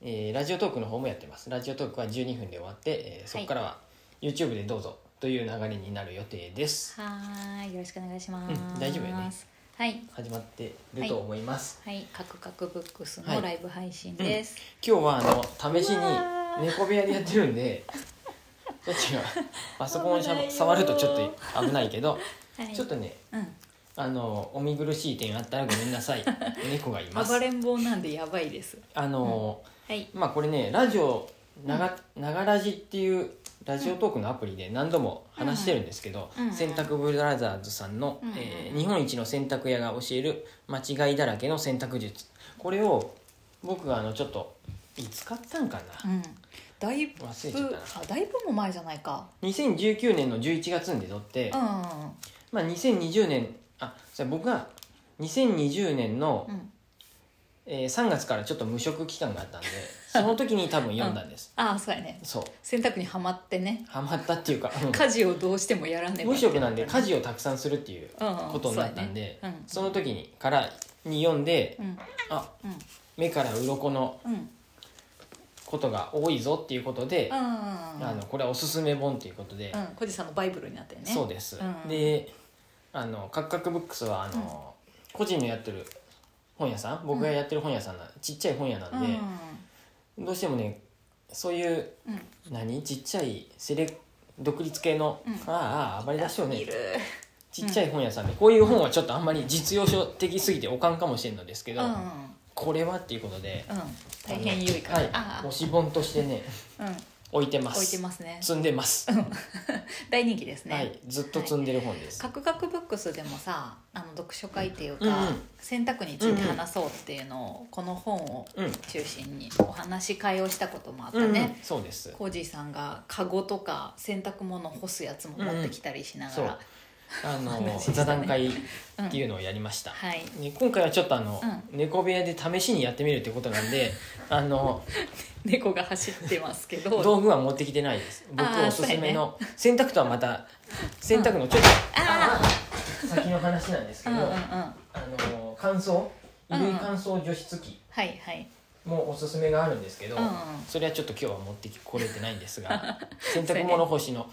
えーラジオトークの方もやってますラジオトークは12分で終わって、えーそこからは YouTube でどうぞという流れになる予定です、はーいよろしくお願いします、うん大丈夫よねはい始まってると思います、はいカクカクブックスはのいライブ配信です、今日はあの試しにうわー猫部屋でやってるんでどっち がパソコンをしゃ危ないよー触るとちょっと危ないけど、はいちょっとねうんあのお見苦しい点あったらごめんなさい猫がいます暴れん坊なんでやばいですあの、はいまあこれねラジオながながらじっていうラジオトークのアプリで何度も話してるんですけど、うんうん洗濯ブラザーズさんの、うんうんえー日本一の洗濯屋が教える間違いだらけの洗濯術これを僕があのちょっといつ買ったんかうな、んだいぶ忘れちゃったあだいぶも前じゃないか2019年の11月に出とって、うんまあ、2020年あそれ僕が2020年の、うんうんえー3月からちょっと無職期間があったんでその時に多分読んだんです、ああそうやねそう洗濯にはまってねハマったっていうかうん家事をどうしてもやらねば無職なんで家事をたくさんするっていうこことになったんで、うんその時にからに読んで、うんあうん目から鱗のうんうんことが多いぞっていうことで、あのこれはおすすめ本っていうことで、うん小路さんのバイブルになったよねそうです、うんであのカクカクブックスはあの、個人のやってる本屋さん僕がやってる本屋さんな、ちっちゃい本屋なんで、どうしてもねそういううんうん何ちっちゃいセレ独立系の、うんああ暴れ出しようねいるちっちゃい本屋さんでこういう本はちょっとあんまり実用書的すぎておかんかもしれんのですけうど、んうんこれはっていうことで大変良いかはらいあ推し本としてねあうん置いてます置いてますね積んでます、大人気ですはねいずっと積んでる本です、カクカクブックスでもさあの読書会っていうかうんうん選択について話そうっていうのをこの本をうん中心にお話し会をしたこともあったうんねそうですコージーさんがカゴとか洗濯物干すやつも持ってきたりしながらあの、 話したね座談会っていううのをやりました、はいね今回はちょっとあの、う猫部屋で試しにやってみるってことなん であの猫が走ってますけど道具は持ってきてないです僕あーおすすめの、洗濯とはまた洗濯のちょっと、あ先の話なんですうけんど、うんうんあの乾燥うん衣類乾燥除湿機はいはいもおすすめがあるんですけど、うんうんそれはちょっと今日は持ってこれてないんです が洗濯物干しの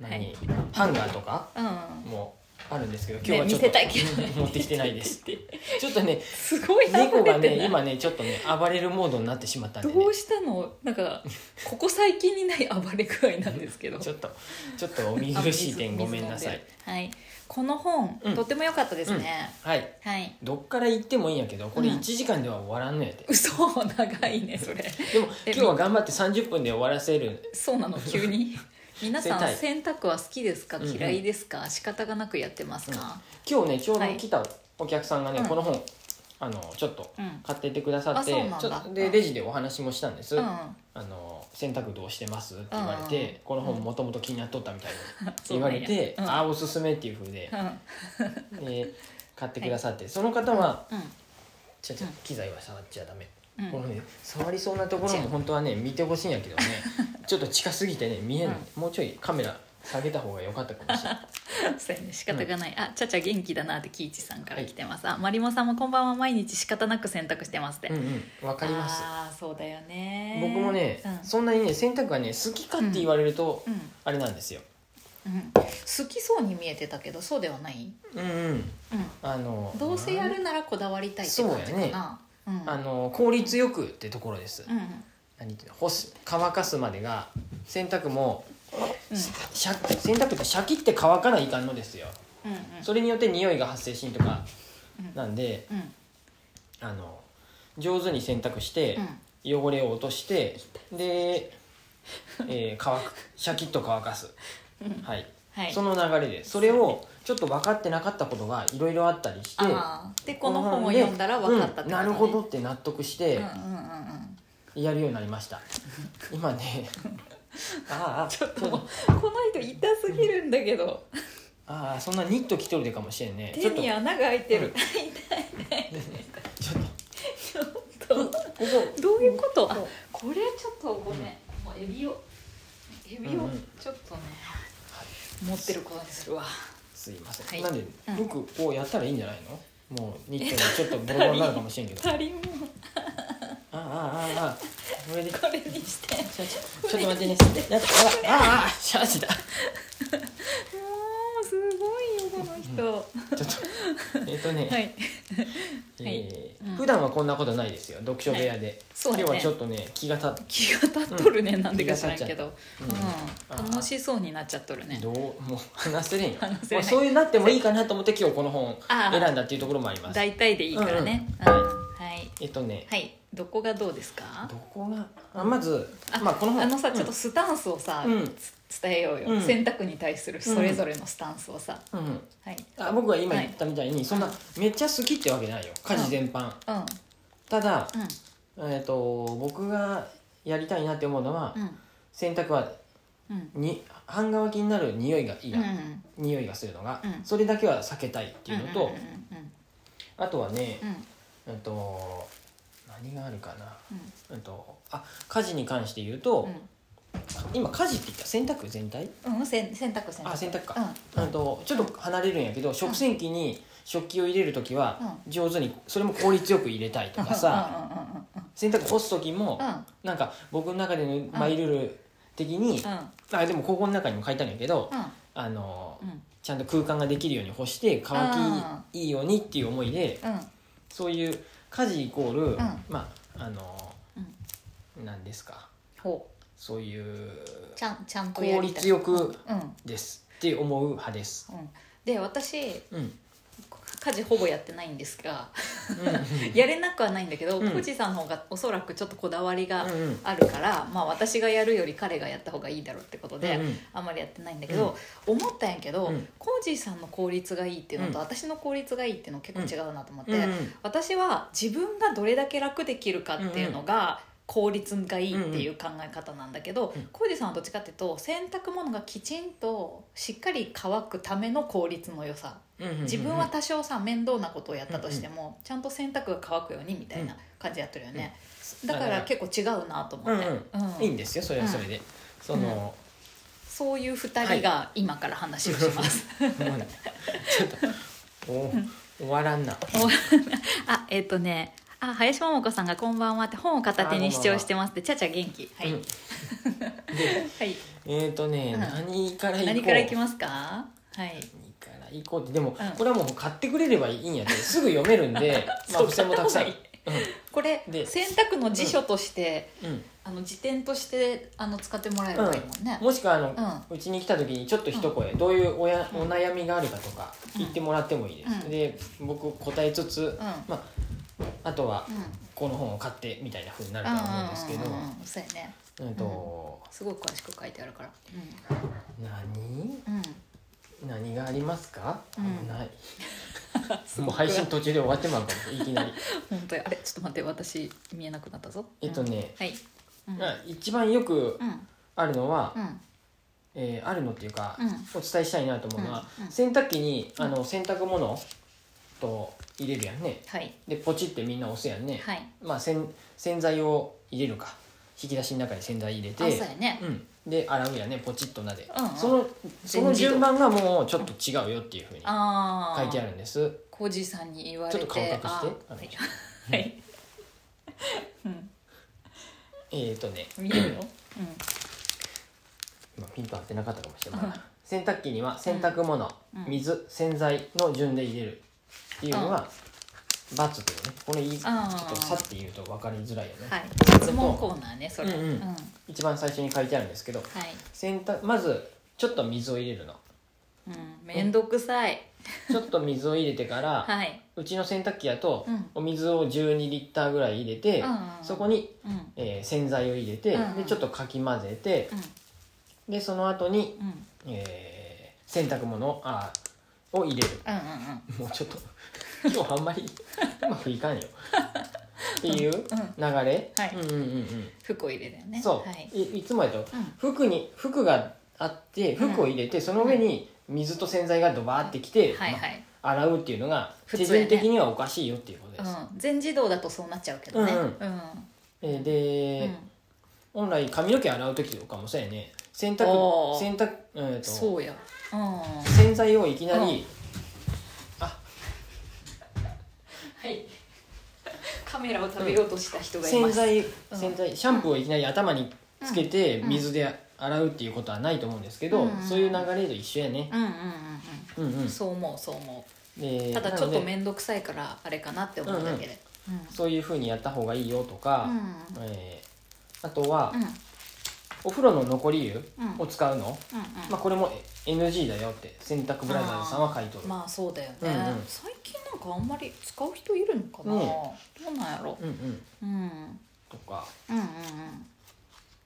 何、はいハンガーとかうんもあるんですけど今ね日はちょっと、見せたいけど持ってきてないです ちょっとねすごい暴れて猫がないね今ねちょっとね暴れるモードになってしまったんで、ねど、うしたのなんかここ最近にない暴れ具合なんですけど ちょっとちょっとお見苦しい点ごめんなさい。はい、この本、うんとても良かったですね。はいはい。どっから行ってもいいんやけどこれうん1時間では終わらんの やて、嘘長いねそれ。でもえ今日は頑張って30分で終わらせるそ うなの急に。皆させたんい洗濯は好きですかうんうん嫌いですか、仕方がなくやってますか。今日ねちょうどはい来たお客さんがね、うんこの本あのちょっとうん。買ってってくださってあそうなんだちょっとでレジでお話もしたんです「うん。あの洗濯どうしてます?」って言われて、うんこの本もともと気になっとったみたいでそ言うなわんやれて「うんああおすすめ」っていうふうでう、ん。で買ってくださって、その方はうん。 「ちょっと機材は触っちゃダメ」うんこのね触りそうなところも本当はね見てほしいんやけどね ちょっと近すぎてね見えない、もうちょいカメラ下げた方が良かったかもし れないそうやね仕方がない、あちゃちゃ元気だなってキイチさんから来てます、あまりもさんもこんばんは毎日仕方なく洗濯してますって、うんうんわかりますああそうだよね僕もね、うん、そんなにね洗濯がね好きかって言われると、うんあれなんですようん、好きそうに見えてたけどそうではない、うんうんうあのん、どうせやるならこだわりたいって感じかそうやねなう,、ん、あの効率よくってところです、うんうん何ていうの干す乾かすまでが洗濯も、うんしゃ洗濯ってシャキって乾かないかんのですようんそれによって匂いが発生しんとかうんなんでうんあの上手に洗濯してうん、汚れを落として で、えー乾くシャキッと乾かす、うんはいはいその流れでそれをちょっと分かってなかったことがいろいろあったりしてあーでこの本を読んだら分かったってこと、ねうんなるほどって納得しうんてうんうんうんやるようになりました今 ねああちょっもうこの人痛すぎるんだけどああそんなニット着とるでかもしれんねち手ょっとに穴が開いてる、うん ちょっちょっととこどういうことあこれちょっとごめん、もうエビをエビうをんうんちょっとね、持ってることにするわすいません、はないんでうん僕 こうやったらいいんじゃないのもうニットにちょっとボロボロになるかもしれんけど足りんもんあああああこれでちょこれにしても ちょっと待ってねやっああああシャージだうすごいよこの人、ちょっとえっとね、はいえーはいうん普段はこんなことないですよ読書部屋で、そうだね今日はちょっとね気が立っ気が立っとるね、なんでか知らんけ気がど、ゃったうん、楽しそうになっちゃっとるねどうもう話せれんよ 話せれんまあそういうなってもいいかなと思って今日この本 ああ選んだっていうところもあります大体でいいからね、うんうんうんはいえっとねはいどこがどうですかどこがあまずまあこの本あのさうんちょっとスタンスをさ、うんつ伝えようよ、うん選択に対するそれぞれのスタンスをさ、うんはいあ僕が今言ったみたいにそんなめっちゃ好きってわけないよ家事全般うんうんただえっと僕がやりたいなって思うのはうん洗濯はうんに半乾きになる匂いがう嫌ん匂いがするのがうんそれだけは避けたいっていうのうんとうんあとはねうんえっと何があるかなうんえっとあ家事に関して言うと今家事って言った洗濯全体うんうんせん洗濯洗濯あ洗濯かうんあとちょっと離れるんやけど食洗機に食器を入れる時は上手にそれも効率よく入れたいとかさうん洗濯干す時もうんうんなんか僕の中でのマイルール的にうんうんあでも高校の中にも書いてあるんやけどうんあのうんうんちゃんと空間ができるように干して乾あきいいようにっていう思いでうんそういう家事イコール、んまああのうんなんですかほそういううちゃんちゃんとやり効たい率よくうんうんですって思う派です。で私うん、うん家事ほぼやってないんですがやれなくはないんだけど、うん富士山の方がおそらくちょっとこだわりがうんうんあるから、まあ、私がやるより彼がやった方がいいだろうってことで、うんうんあんまりやってないんだけど、思ったんやけど、うんコージーさんの効率がいいっていうのと、うん私の効率がいいっていうの結構違うなと思って、うんうん私は自分がどれだけ楽できるかっていうのが効率がいいっていう考え方なんだけどうん浩二、さんはどっちかっていうと洗濯物がきちんとしっかり乾くための効率の良さうんうん自分は多少さ面倒なことをやったとしても、ちゃんと洗濯が乾くようにみたいな感じやってるよね、だから結構違うなと思って、うんうんいいんうんですよそれはそれで、その、そういう2人が今から話をします、 もうねちょっとお終わらんなあえっ、とねあ林桃子さんが「こんばんは」って本を片手に視聴してますってちゃちゃ元気はい、うんはい、えっ、ー、とね、うん何から行こう何からいきますかはい何から行こうってでも、うんこれはもう買ってくれればいいんやけどすぐ読めるん でまあそう付箋もたくさん、う買んっこれで選択の辞書として、うん、あの辞典としてあの使ってもらえればいいもんね、もしくはあの、うちに来た時にちょっと一声、どういうおやお悩みがあるかとか言ってもらってもいいです、うんで僕答えつつ、まああとはうんうんこの本を買ってみたいなふうになるとは思うんですけうんうんどうんうんそうやねうんと、すごい詳しく書いてあるから何うん、うん、何がありますか、うんない ごいもう配信途中で終わってまうかもいきな り本当やあれちょっと待って私見えなくなったぞえっとね、はいうんまあ一番よくうんあるのは、うんえーあるのっていうか、うんお伝えしたいなと思うのは、うんうん洗濯機にあの洗濯物と入れるやんねはいでポチってみんな押すやんね、はいまあ、洗洗剤を入れるか引き出しの中に洗剤入れてあそうやねうん、で洗うやねポチッとなで、うんうんそのその順番がもうちょっと違うよっていうふうに書ああいてあるんですコージーさんに言われちょてっと顔隠してああのはいはい、 うん、えっ、とね見えるよ、今ピンと合ってなかったかもしれない、うん洗濯機には洗濯物、うん水洗剤の順で入れるっていうのは、バツっていうねこれいいちょあーっとさって言うと分かりづらいよね、うん、はい質問コーナーねそれうんうんはい一番最初に書いてあるんですけど洗濯まずちょっと水を入れるのうん面倒くさいちょっと水を入れてから、はい、うちの洗濯機だと、うんお水を12リッターぐらい入れて、うんそこに、うんえー洗剤を入れて、うんでちょっとかき混ぜてうんでその後に、うんうんえー洗濯物あーを入 れるうんうんもうちょっと今日あん まりうまくいかんよっていう流れ、はいうんうんうん服を入れだようねん、そう、はいい、いつもやとうん服に服があって服を入れて、その上に水と洗剤がドバーってきて、はいはい、ま洗うっていうのが普手通やね順的にはおかしいよっていうことです、うん、全自動だとそうなっちゃうけどねううんうんんえーで、うん本来髪の毛洗う時とかもそうやね洗濯お洗ー濯、えー、とそうやうんは洗剤をいきなり、いカメラを食べようとした人がいま洗す、剤うん洗剤シャンプーをいきなり頭につけてうん水で洗うっていうことはないと思うんですけど、うんそういう流れと一緒やね、うんうんうんうんうんうんそう思うそう思でうただなちょのっとで面倒くさいからあれかなって思うだけでうんそういうふうにやった方がいいよとか、うえーあとは、んうんお風呂の残り湯うんを使うの、うんまあ、これも NG だよって洗濯ブラザーズさんは書いとうる、んまあそうだよね、うんうん最近なんかあんまり使う人いるのかな、うんどうなんやろ、うんうんうん、うんとかうん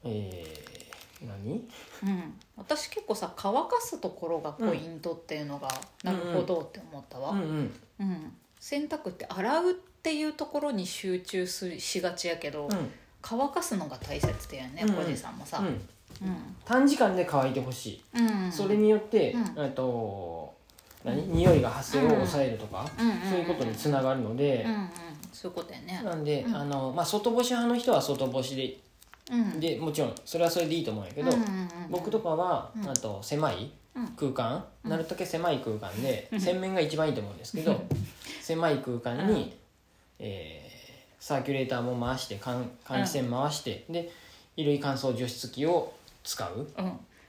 えー、何うんうん私結構さ乾かすところがポイントっていうのが、うんなるほどって思ったわ、うんうんうん、洗濯って洗うっていうところに集中するしがちやけど、うん乾かすのが大切だよね、うんうんおじさんもさ、ううんん短時間で乾いてほしい、うんそれによって、うんえっと何匂いが発生を抑えるとか、うんうんそういうことにつながるのでうん、うん、そういうことやね、なんで、うんあのまあ、外干し派の人は外干しでうん、でもちろんそれはそれでいいと思うんやけど、うんうんうん僕とかは、うんあと狭いうん空間、うんなるだけ狭い空間で、うん洗面が一番いいと思うんですけど、うん狭い空間に、うんえーサーキュレーターも回して換換気扇回して、で衣類乾燥除湿機を使う、うん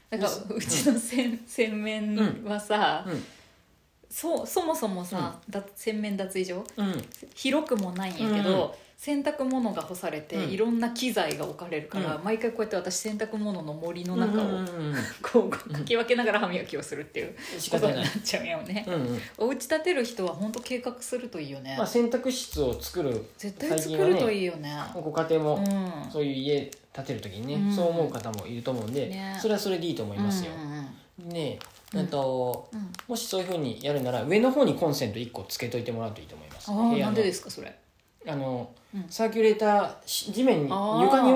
だからうちのせん、洗面はさ、うそうそもそもさ、だ洗面脱衣所んうん、広くもないんやけうんうど、洗濯物が干されて、うんいろんな機材が置かれるから、う毎回こうやって私洗濯物の森の中を、うんうんうんこうかき分けながら歯磨きをするっていう仕こ方とになないっ、ちゃうんやよねう、んうんお家建てる人は本当計画するといいよね、まあ、洗濯室を作る絶対作るといいよねご家庭うも、んそういう家建てる時にね、うんそう思う方もいると思うんで、ねそれはそれでいいと思いますよ、うんうんねうんえんと、うんもしそういうふうにやるなら上の方にコンセント1個つけといてもらうといいと思いますああなんでですすかそれ、あのうんサーキュレーターし地面にあー床に